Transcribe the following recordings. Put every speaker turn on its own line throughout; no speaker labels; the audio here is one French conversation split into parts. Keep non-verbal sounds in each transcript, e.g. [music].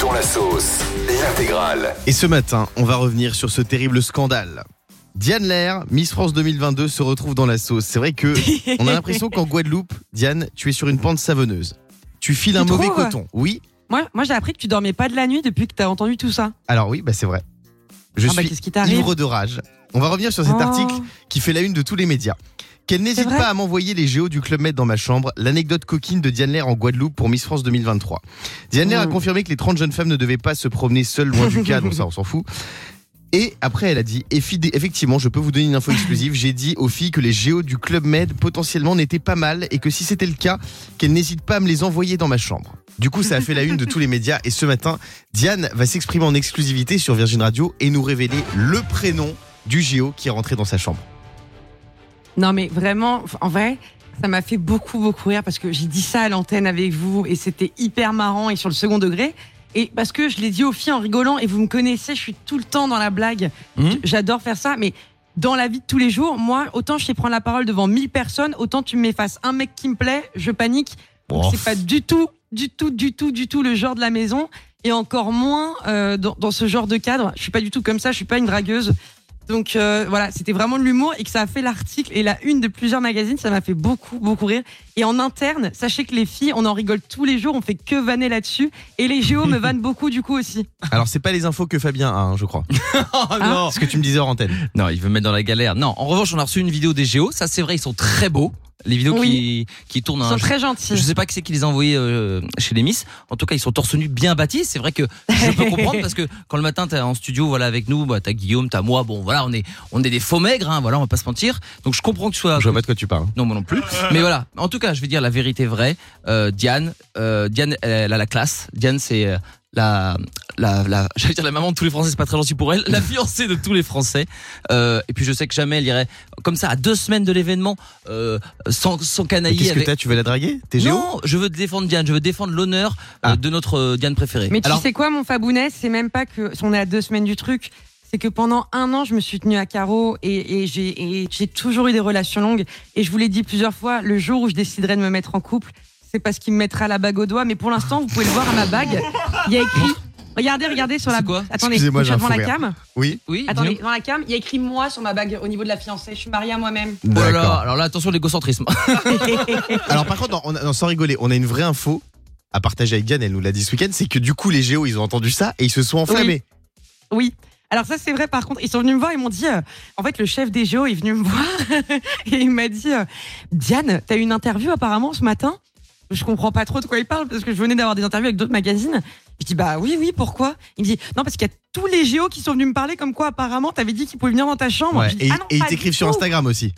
Dans la sauce, l'intégrale.
Et ce matin, on va revenir sur ce terrible scandale. Diane Lair, Miss France 2022, se retrouve dans la sauce. C'est vrai
[laughs]
que on a l'impression qu'en Guadeloupe, Diane, tu es sur une pente savonneuse. Tu files un
Tu
mauvais
trouves
coton. Oui.
Moi, moi j'ai appris que tu dormais pas de la nuit depuis que t'as entendu tout ça.
Alors oui, bah c'est vrai. Je
ah bah
suis
qu'est-ce qui t'arrive
ivre de rage. On va revenir sur cet
Oh.
article qui fait la une de tous les médias. Qu'elle n'hésite
vrai.
pas à m'envoyer les géos du Club Med dans ma chambre, l'anecdote coquine de Diane Lair en Guadeloupe pour Miss France 2023. Diane Lair a
Mm.
confirmé que les 30 jeunes femmes ne devaient pas se promener seules loin
[laughs]
du cadre, ça on s'en fout. Et après, elle a dit Effi- Effectivement, je peux vous donner une info exclusive. J'ai dit aux filles que les géos du Club Med potentiellement n'étaient pas mal et que si c'était le cas, qu'elles n'hésitent pas à me les envoyer dans ma chambre. Du coup, ça a fait la une de tous les médias. Et ce matin, Diane va s'exprimer en exclusivité sur Virgin Radio et nous révéler le prénom du géo qui est rentré dans sa chambre.
Non mais vraiment, en vrai, ça m'a fait beaucoup beaucoup rire parce que j'ai dit ça à l'antenne avec vous et c'était hyper marrant et sur le second degré. Et parce que je l'ai dit aux filles en rigolant et vous me connaissez, je suis tout le temps dans la blague.
Mhm.
J- J'adore faire ça, mais dans la vie de tous les jours, moi, autant je sais prendre la parole devant 1000 personnes, autant tu m'effaces un mec qui me plaît, je panique. Donc
Oh.
c'est pas du tout, du tout, du tout, du tout le genre de la maison et encore moins euh, dans, dans ce genre de cadre. Je suis pas du tout comme ça, je suis pas une dragueuse. Donc euh, voilà, c'était vraiment de l'humour et que ça a fait l'article et la une de plusieurs magazines, ça m'a fait beaucoup, beaucoup rire. Et en interne, sachez que les filles, on en rigole tous les jours, on fait que vanner là-dessus. Et les géos me [laughs] vannent beaucoup du coup aussi.
Alors, c'est pas les infos que Fabien a, hein, je crois.
non.
Ce que tu me disais hors antenne.
Ah. Non, il veut me mettre dans la galère. Non, en revanche, on a reçu une vidéo des Géos. Ça, c'est vrai, ils sont très beaux. Les vidéos
Oui.
qui, qui tournent
Ils
un.
sont très
Je
gentils.
sais pas qui c'est qui les a envoyés euh, chez les Miss. En tout cas, ils sont torse nus bien bâtis. C'est vrai que je
[laughs]
peux comprendre parce que quand le matin t'es en studio, voilà, avec nous, bah, t'as Guillaume, t'as moi. Bon, voilà, on est, on est des faux maigres, hein, voilà, on va pas se mentir. Donc je comprends que tu sois.
Je vois pas de quoi tu parles.
Non, moi non plus. Mais voilà, en tout cas, je vais dire la vérité vraie. Euh, Diane, euh, Diane, elle a la classe. Diane, c'est euh, la, la, la, [laughs] j'allais dire la maman de tous les Français, c'est pas très gentil pour elle, la fiancée de tous les Français. Euh, et puis je sais que jamais elle irait comme ça à deux semaines de l'événement euh, sans, sans
Mais
canailler
Qu'est-ce que
avec.
t'as Tu veux la draguer T'es géo
non, je veux défendre Diane, je veux défendre l'honneur euh,
Ah.
de notre euh, Diane préférée.
Mais tu
Alors,
sais quoi, mon Fabounet, c'est même pas que on est à deux semaines du truc. C'est que pendant un an, je me suis tenue à carreau et, et j'ai et j'ai toujours eu des relations longues. Et je vous l'ai dit plusieurs fois, le jour où je déciderai de me mettre en couple, c'est parce qu'il me mettra la bague au doigt. Mais pour l'instant, vous pouvez le voir à ma bague. Il y a écrit. Regardez, regardez sur la.
C'est quoi
Attendez,
Excusez-moi, j'ai
je
un
suis devant
fou
la
rire.
cam.
Oui.
oui,
Attendez,
dis-nous.
dans la cam, il y a écrit moi sur ma bague au niveau de la fiancée. Je suis mariée
[laughs]
à moi-même.
Oh là là,
D'accord.
alors là, attention
[laughs]
l'égocentrisme.
Alors par contre, non, on a- non, sans rigoler, on a une vraie info à partager avec Diane, elle nous l'a dit ce week-end, c'est que du coup les Géos, ils ont entendu ça et ils se sont enflammés.
Oui. Alors ça c'est vrai par contre, ils sont venus me voir, ils m'ont dit, euh, en fait le chef des géos est venu me voir [laughs] et il m'a dit, euh, Diane, t'as eu une interview apparemment ce matin Je comprends pas trop de quoi il parle parce que je venais d'avoir des interviews avec d'autres magazines. Je dis bah oui oui pourquoi Il me dit non parce qu'il y a tous les géos qui sont venus me parler comme quoi apparemment t'avais dit qu'ils pouvaient venir dans ta chambre.
Ouais.
Je dis,
Et,
Ah non,
et ils
pas du
t'écrivent sur
tout.
Instagram aussi.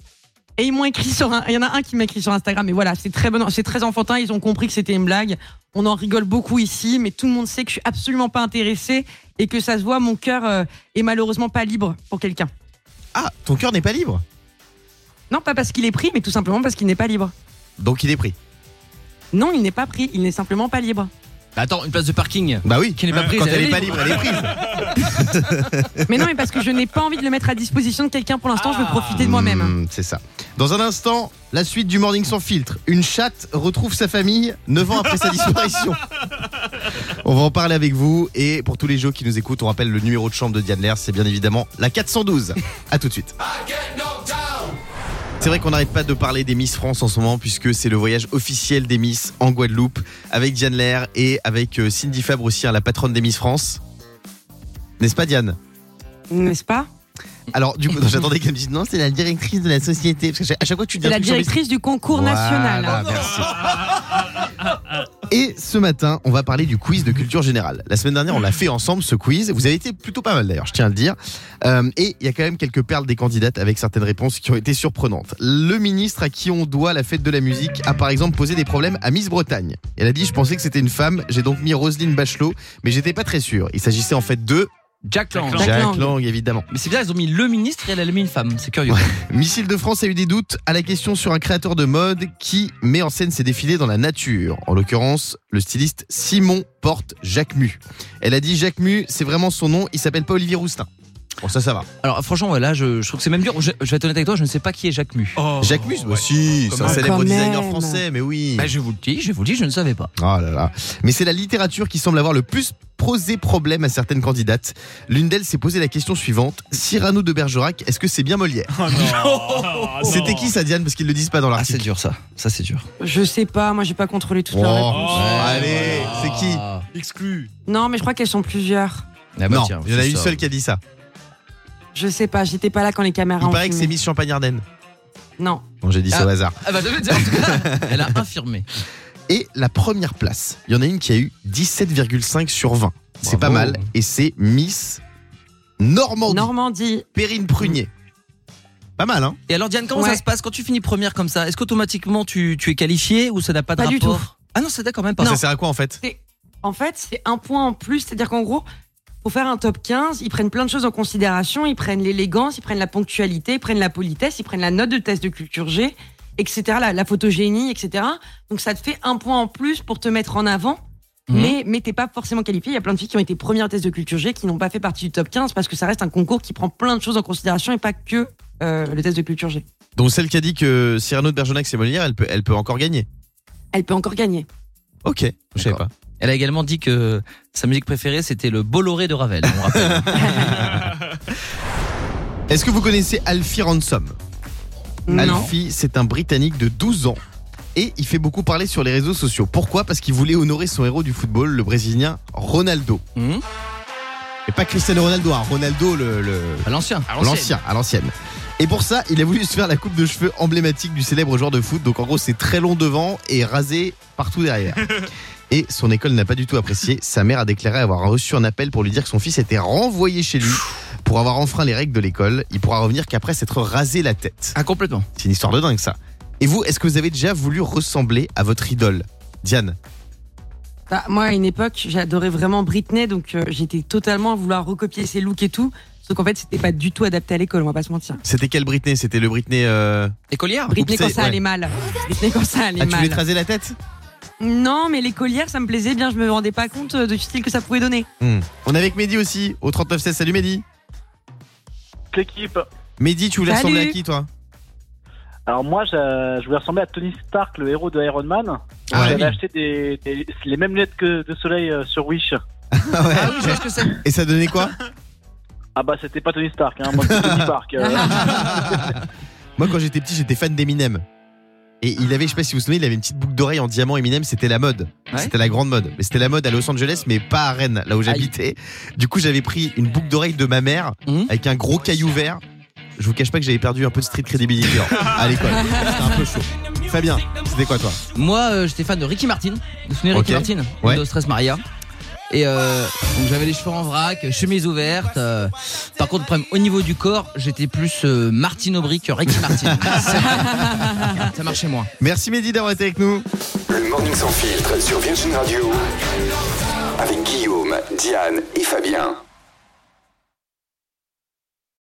Et ils m'ont écrit sur un. Il y en a un qui m'a écrit sur Instagram. Mais voilà, c'est très bon, c'est très enfantin. Ils ont compris que c'était une blague. On en rigole beaucoup ici, mais tout le monde sait que je suis absolument pas intéressée et que ça se voit. Mon cœur euh, est malheureusement pas libre pour quelqu'un.
Ah, ton cœur n'est pas libre.
Non, pas parce qu'il est pris, mais tout simplement parce qu'il n'est pas libre.
Donc il est pris.
Non, il n'est pas pris. Il n'est simplement pas libre.
Attends, une place de parking.
Bah oui.
Qui n'est pas prise,
Quand
elle
elle
est
n'est pas libre, elle est prise.
Mais non, mais parce que je n'ai pas envie de le mettre à disposition de quelqu'un pour l'instant. Je
Ah.
veux profiter de moi-même. hein.
Hmm, c'est ça. Dans un instant, la suite du Morning sans filtre. Une chatte retrouve sa famille 9 ans après
[laughs]
sa disparition. On va en parler avec vous. Et pour tous les gens qui nous écoutent, on rappelle le numéro de chambre de Diane Lair, c'est bien évidemment la 412. A tout de suite. C'est vrai qu'on n'arrête pas de parler des Miss France en ce moment puisque c'est le voyage officiel des Miss en Guadeloupe avec Diane Lair et avec euh, Cindy Fabre aussi, hein, la patronne des Miss France. N'est-ce pas Diane Mmh.
N'est-ce pas
alors,
[laughs]
du coup, non, j'attendais qu'elle me dise non, c'est la directrice de la société. Parce que j'ai- à chaque fois, tu dis
C'est
un
la
truc sur
directrice du concours
Voilà,
national. hein.
merci. Et ce matin, on va parler du quiz de culture générale. La semaine dernière, on l'a fait ensemble, ce quiz. Vous avez été plutôt pas mal d'ailleurs, je tiens à le dire. Euh, et il y a quand même quelques perles des candidates avec certaines réponses qui ont été surprenantes. Le ministre à qui on doit la fête de la musique a par exemple posé des problèmes à Miss Bretagne. Elle a dit Je pensais que c'était une femme, j'ai donc mis Roselyne Bachelot, mais j'étais pas très sûr. Il s'agissait en fait de
Jack Lang.
Jack
Jacques
Lang.
Lang, évidemment.
Mais c'est bizarre, ils ont mis le ministre et elle, elle a mis une femme. C'est curieux.
Missile de France a eu des doutes à la question sur un créateur de mode qui met en scène ses défilés dans la nature. En l'occurrence, le styliste Simon Porte Jacquemus. Elle a dit Jacquemus, c'est vraiment son nom, il s'appelle pas Olivier Roustin. Bon, ça, ça va.
Alors franchement, ouais, là, je, je trouve que c'est même dur. Je, je vais être honnête avec toi, je ne sais pas qui est Jacques Mu.
Jacques Mus, bah, si, c'est un
Oh, Quand
célèbre
même.
designer français, mais oui.
Bah, je vous le dis, je vous le dis, je ne savais pas.
Ah là là. Mais c'est la littérature qui semble avoir le plus posé problème à certaines candidates. L'une d'elles s'est posé la question suivante Cyrano de Bergerac, est-ce que c'est bien Molière C'était qui ça, Diane Parce qu'ils le disent pas dans
Ah, c'est
l'article.
dur ça. Ça, c'est dur.
Je sais pas, moi j'ai pas contrôlé toute
Oh,
la réponse.
allez, c'est qui
Ah,
Exclu.
Non, mais je crois qu'elles sont plusieurs.
bah,
Non,
tiens,
il y en a
c'est
une
ça.
seule qui a dit ça.
Je sais pas, j'étais pas là quand les caméras
Il
ont
paraît que c'est
filmé.
Miss Champagne-Ardenne.
Non.
Bon, j'ai dit ça
Ah.
au hasard.
Ah bah, en tout cas, [laughs] elle a infirmé.
Et la première place, il y en a une qui a eu 17,5 sur 20. C'est pas
Bravo.
mal. Et c'est Miss Normandie,
Normandie.
Perrine Prunier. Pas mal, hein
Et alors, Diane, comment
Ouais.
ça se passe quand tu finis première comme ça Est-ce qu'automatiquement tu, tu es qualifiée ou ça n'a pas de
Pas
rapport
du
Ah non, ça n'a quand même pas.
Ça sert à quoi en fait
En fait, c'est un point en plus. C'est-à-dire qu'en gros, pour faire un top 15, ils prennent plein de choses en considération. Ils prennent l'élégance, ils prennent la ponctualité, ils prennent la politesse, ils prennent la note de test de culture G, etc. La, la photogénie, etc. Donc ça te fait un point en plus pour te mettre en avant.
Mhm.
Mais, mais t'es pas forcément qualifié. Il y a plein de filles qui ont été premières tests de culture G qui n'ont pas fait partie du top 15 parce que ça reste un concours qui prend plein de choses en considération et pas que euh, le test de culture G.
Donc celle qui a dit que Cyrano de Bergerac c'est Molière, elle peut, elle peut encore gagner.
Elle peut encore gagner.
Ok, je savais pas.
D'accord. Elle a également dit que sa musique préférée c'était le Bolloré de Ravel. On
[laughs]
rappelle.
Est-ce que vous connaissez Alfie Ransom
Non.
Alfie, c'est un Britannique de 12 ans. Et il fait beaucoup parler sur les réseaux sociaux. Pourquoi Parce qu'il voulait honorer son héros du football, le Brésilien Ronaldo.
Mhm.
Et pas Cristiano Ronaldo, hein, Ronaldo le- le,
À l'ancien.
Ah. L'ancien, à l'ancienne. Et pour ça, il a voulu se faire la coupe de cheveux emblématique du célèbre joueur de foot. Donc en gros, c'est très long devant et rasé partout derrière. Et son école n'a pas du tout apprécié. Sa mère a déclaré avoir reçu un appel pour lui dire que son fils était renvoyé chez lui pour avoir enfreint les règles de l'école. Il pourra revenir qu'après s'être rasé la tête.
Ah complètement.
C'est une histoire de dingue ça. Et vous, est-ce que vous avez déjà voulu ressembler à votre idole Diane
Bah, moi, à une époque, j'adorais vraiment Britney, donc euh, j'étais totalement à vouloir recopier ses looks et tout. Sauf qu'en fait, c'était pas du tout adapté à l'école, on va pas se mentir.
C'était quel Britney C'était le Britney. euh,
Écolière.
Britney
Oups,
quand
c'est-
ça
ouais.
allait mal. Britney quand ça allait
Ah, tu voulais
mal.
te raser la tête
Non, mais les collières, ça me plaisait bien. Je me rendais pas compte euh, du style que ça pouvait donner.
Hmm. On est avec Mehdi aussi, au 3916. Salut Mehdi
L'équipe.
Mehdi, tu voulais
Salut.
ressembler à qui toi
Alors moi, je, je voulais ressembler à Tony Stark, le héros de Iron Man.
Ah
J'avais
oui.
acheté des, des- les mêmes lunettes que de soleil euh, sur Wish.
Ah oui, je vois ce que c'est.
Et ça donnait quoi
Ah bah c'était pas Tony Stark, hein. moi c'était Tony Stark. euh.
Moi, quand j'étais petit, j'étais fan d'Eminem. Et il avait, je sais pas si vous vous souvenez, il avait une petite boucle d'oreille en diamant Eminem, c'était la mode.
Ouais.
C'était la grande mode. Mais c'était la mode à Los Angeles, mais pas à Rennes, là où j'habitais. Du coup, j'avais pris une boucle d'oreille de ma mère
Mhm.
avec un gros caillou vert. Je vous cache pas que j'avais perdu un peu de street crédibilité hein, à l'école. C'était un peu chaud. Fabien, c'était quoi toi
Moi, euh, j'étais fan de Ricky Martin. Vous vous souvenez de Ricky
Ok.
Martin
Ouais.
De Stress Maria. Et euh, donc j'avais les cheveux en vrac, chemise ouverte. euh. par contre, problème, au niveau du corps, j'étais plus euh, Martin Aubry que Ricky
[laughs]
Martin. Ça- Ça marchait moins.
Merci Mehdi d'avoir été avec nous.
Le Morning Sans Filtre sur Virgin Radio. Avec Guillaume, Diane et Fabien.